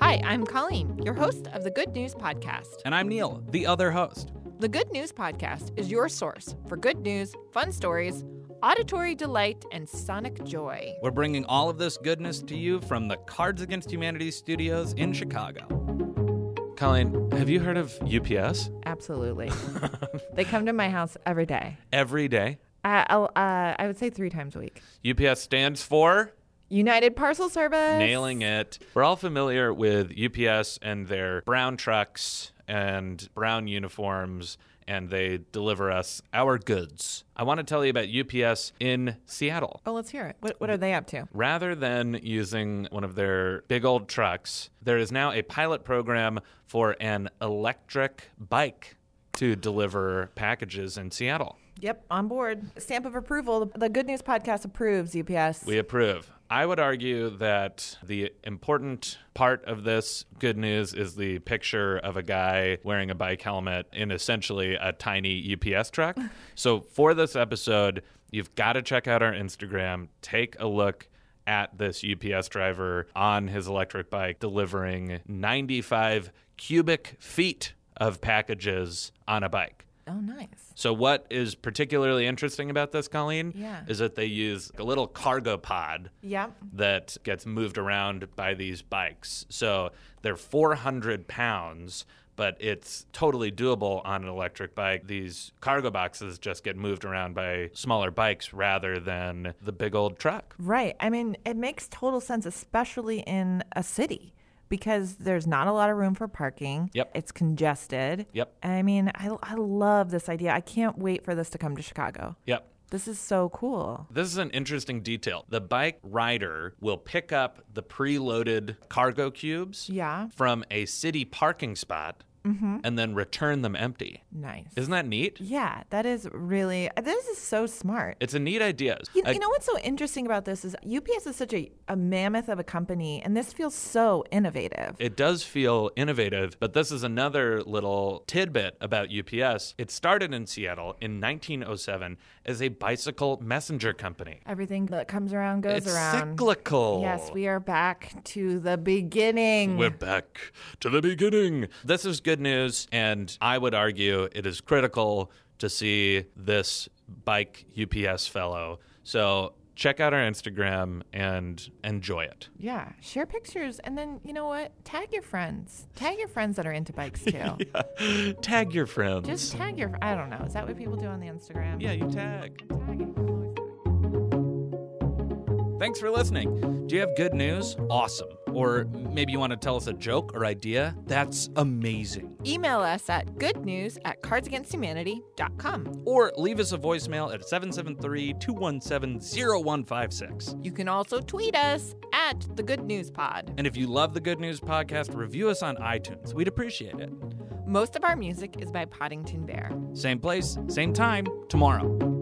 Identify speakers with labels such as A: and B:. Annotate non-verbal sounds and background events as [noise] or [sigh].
A: Hi, I'm Colleen, your host of the Good News Podcast.
B: And I'm Neil, the other host.
A: The Good News Podcast is your source for good news, fun stories, auditory delight, and sonic joy.
B: We're bringing all of this goodness to you from the Cards Against Humanity studios in Chicago.
C: Colleen, have you heard of UPS?
A: [laughs] Absolutely. they come to my house every day.
C: Every day.
A: I, I'll, uh, I would say three times a week.
C: UPS stands for
A: United Parcel Service.
C: nailing it. We're all familiar with UPS and their brown trucks and brown uniforms, and they deliver us our goods. I want to tell you about UPS in Seattle.
A: Oh, let's hear it. What, what are they up to?
C: Rather than using one of their big old trucks, there is now a pilot program for an electric bike to deliver packages in Seattle.
A: Yep, on board. Stamp of approval. The Good News Podcast approves UPS.
C: We approve. I would argue that the important part of this good news is the picture of a guy wearing a bike helmet in essentially a tiny UPS truck. so for this episode, you've got to check out our Instagram, take a look at this UPS driver on his electric bike delivering 95 cubic feet of packages on a bike.
A: oh, nice.
C: So what is particularly interesting about this, Colleen,
A: Yeah.
C: is that they use a little cargo pod
A: Yep.
C: that gets moved around by these bikes. So they're 400 pounds, but it's totally doable on an electric bike. These cargo boxes just get moved around by smaller bikes rather than the big old truck.
D: Right. I mean, it makes total sense, especially in a city, because there's not a lot of room for parking.
C: Yep.
D: It's congested.
C: Yep.
D: I mean, I, I love this idea. I can't wait for this to come to Chicago.
C: Yep.
D: This is so cool.
C: This is an interesting detail. The bike rider will pick up the preloaded cargo cubes
D: Yeah.
C: from a city parking spot and then return them empty.
D: Nice.
C: Isn't that neat?
D: yeah, that is really, this is so smart.
C: It's a neat idea.
D: You,
C: I-
D: you know what's so interesting about this is UPS is such a, a mammoth of a company, and this feels so innovative.
C: It does feel innovative, but this is another little tidbit about UPS. It started in Seattle in 1907 as a bicycle messenger company.
D: Everything that comes around goes
C: it's
D: around.
C: cyclical.
D: Yes, we are back to the beginning.
C: We're back to the beginning. This is good news, and I would argue it is critical to see this bike UPS fellow. So check out our Instagram and enjoy it. [laughs]
D: Yeah, share pictures and then you know what? Tag your friends. Tag your friends that are into bikes too.
C: Tag your friends.
D: Just tag your I don't know. Is that what people do on the Instagram?
C: yeah, you tag.
D: Tag it.
C: Thanks for listening. Do you have good news? Awesome. Or maybe you want to tell us a joke or idea? That's amazing.
A: Email us at goodnews at cardsagainsthumanity.com.
C: Or leave us a voicemail at 773 217 0156.
A: You can also tweet us at the Good News Pod.
C: And if you love the Good News Podcast, review us on iTunes. We'd appreciate it.
A: Most of our music is by Poddington Bear.
C: Same place, same time, tomorrow.